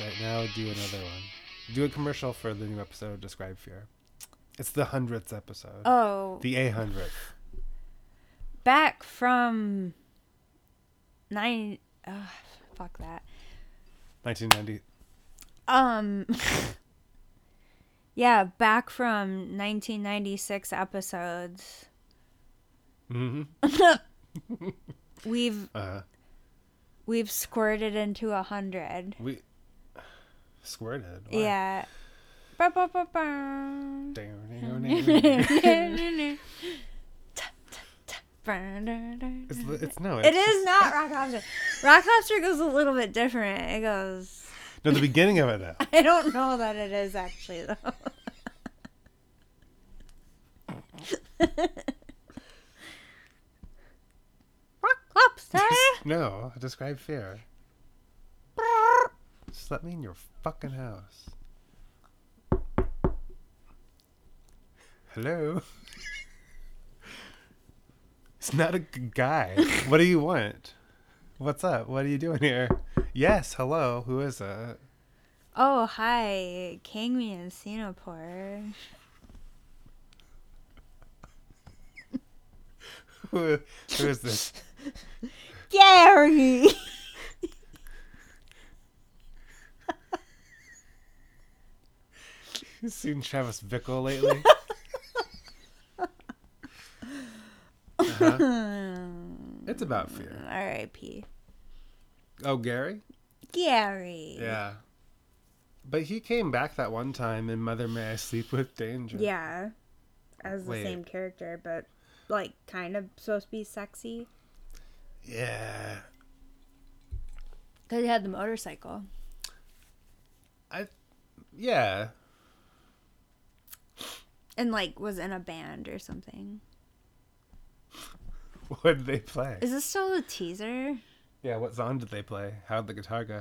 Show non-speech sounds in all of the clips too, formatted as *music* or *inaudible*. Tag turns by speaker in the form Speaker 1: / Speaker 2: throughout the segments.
Speaker 1: right now, do another one. Do a commercial for the new episode of Describe Fear. It's the hundredth episode.
Speaker 2: Oh,
Speaker 1: The A hundredth.
Speaker 2: back from nine. Oh, fuck that.
Speaker 1: Nineteen ninety
Speaker 2: Um. *laughs* yeah, back from 1996 episodes.
Speaker 1: mm-hmm.
Speaker 2: We've
Speaker 1: uh
Speaker 2: we've squirted into a hundred.
Speaker 1: we squirted. Wow.
Speaker 2: Yeah. Ba, ba, ba, ba.
Speaker 1: It's,
Speaker 2: it's, li-
Speaker 1: it's no. It's
Speaker 2: it is not rock lobster. Rock lobster goes a little bit different. It goes.
Speaker 1: no the beginning of it though.
Speaker 2: *laughs* I don't know that it is actually though. *laughs* rock *laughs* lobster.
Speaker 1: No, describe fear. Just let me in your fucking house. Hello. *laughs* it's not a good guy. What do you want? What's up? What are you doing here? Yes, hello. Who is it?
Speaker 2: oh hi, King me in Singapore.
Speaker 1: *laughs* Who, who is this? *laughs*
Speaker 2: Gary. *laughs*
Speaker 1: You seen Travis Bickle lately? Uh-huh. *laughs* It's about fear.
Speaker 2: R.I.P.
Speaker 1: Oh, Gary?
Speaker 2: Gary.
Speaker 1: Yeah. But he came back that one time in Mother May I Sleep with Danger.
Speaker 2: Yeah. As the
Speaker 1: Wait.
Speaker 2: same character, but like kind of supposed to be sexy.
Speaker 1: Yeah.
Speaker 2: Because he had the motorcycle.
Speaker 1: Yeah. *laughs*
Speaker 2: And like was in a band or something.
Speaker 1: What did they play?
Speaker 2: Is this still a teaser?
Speaker 1: Yeah, what song did they play? How'd the guitar go?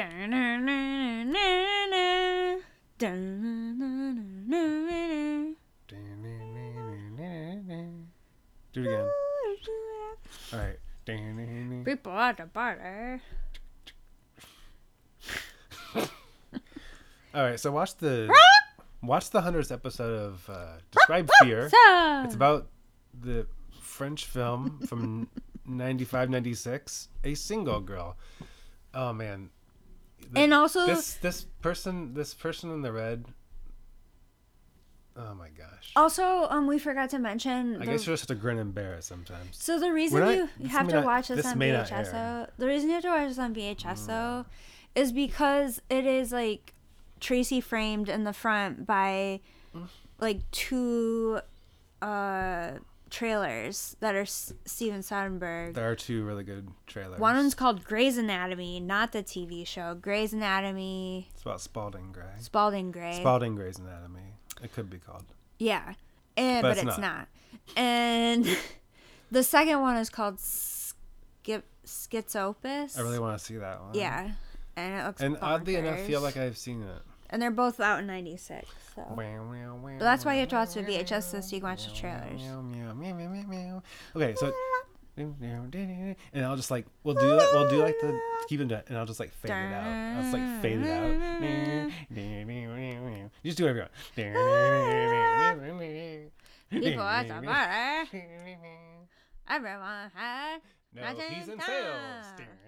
Speaker 2: Hmm. Alright.
Speaker 1: Do it again. All right.
Speaker 2: People at the bar.
Speaker 1: All right, so watch the watch the 100th episode of uh, Describe Fear. It's about the French film from 95 96, A Single Girl. Oh man. The-
Speaker 2: And also
Speaker 1: this this person this person in the red. Oh my gosh.
Speaker 2: also um we forgot to mention
Speaker 1: I
Speaker 2: the
Speaker 1: guess you're just have to grin and bear it sometimes.
Speaker 2: So the reason
Speaker 1: not-
Speaker 2: you
Speaker 1: this
Speaker 2: have
Speaker 1: may
Speaker 2: to
Speaker 1: not-
Speaker 2: watch this,
Speaker 1: this
Speaker 2: on
Speaker 1: may not
Speaker 2: VHS though,
Speaker 1: air. Mm.
Speaker 2: the reason you have to watch this on VHS though, is because it is like Tracy framed in the front by
Speaker 1: Mm.
Speaker 2: like two uh trailers that are S- Steven Soderbergh.
Speaker 1: There are two really good trailers.
Speaker 2: One one's called Grey's Anatomy, not the TV show. Grey's Anatomy,
Speaker 1: it's about Spalding Gray.
Speaker 2: Spalding Grey.
Speaker 1: Spalding Gray's Anatomy. It could be called.
Speaker 2: Yeah. And but,
Speaker 1: But
Speaker 2: it's,
Speaker 1: it's
Speaker 2: not. And *laughs* the second one is called Skip Schizopus.
Speaker 1: I really want to see that one.
Speaker 2: Yeah. And it looks
Speaker 1: And oddly enough,
Speaker 2: bonkers.
Speaker 1: feel like Oh I've seen it.
Speaker 2: And they're both out in 96. So
Speaker 1: But
Speaker 2: but that's why you have to watch the VHS so you can watch the trailers.
Speaker 1: Okay,
Speaker 2: *laughs*
Speaker 1: so and I'll just like we'll do like we'll do like the keep it and I'll just like fade it out. I'll just like fade it out. You just do whatever you
Speaker 2: *laughs*
Speaker 1: want. *laughs*
Speaker 2: People at the bar, everyone had
Speaker 1: No, he's in sales.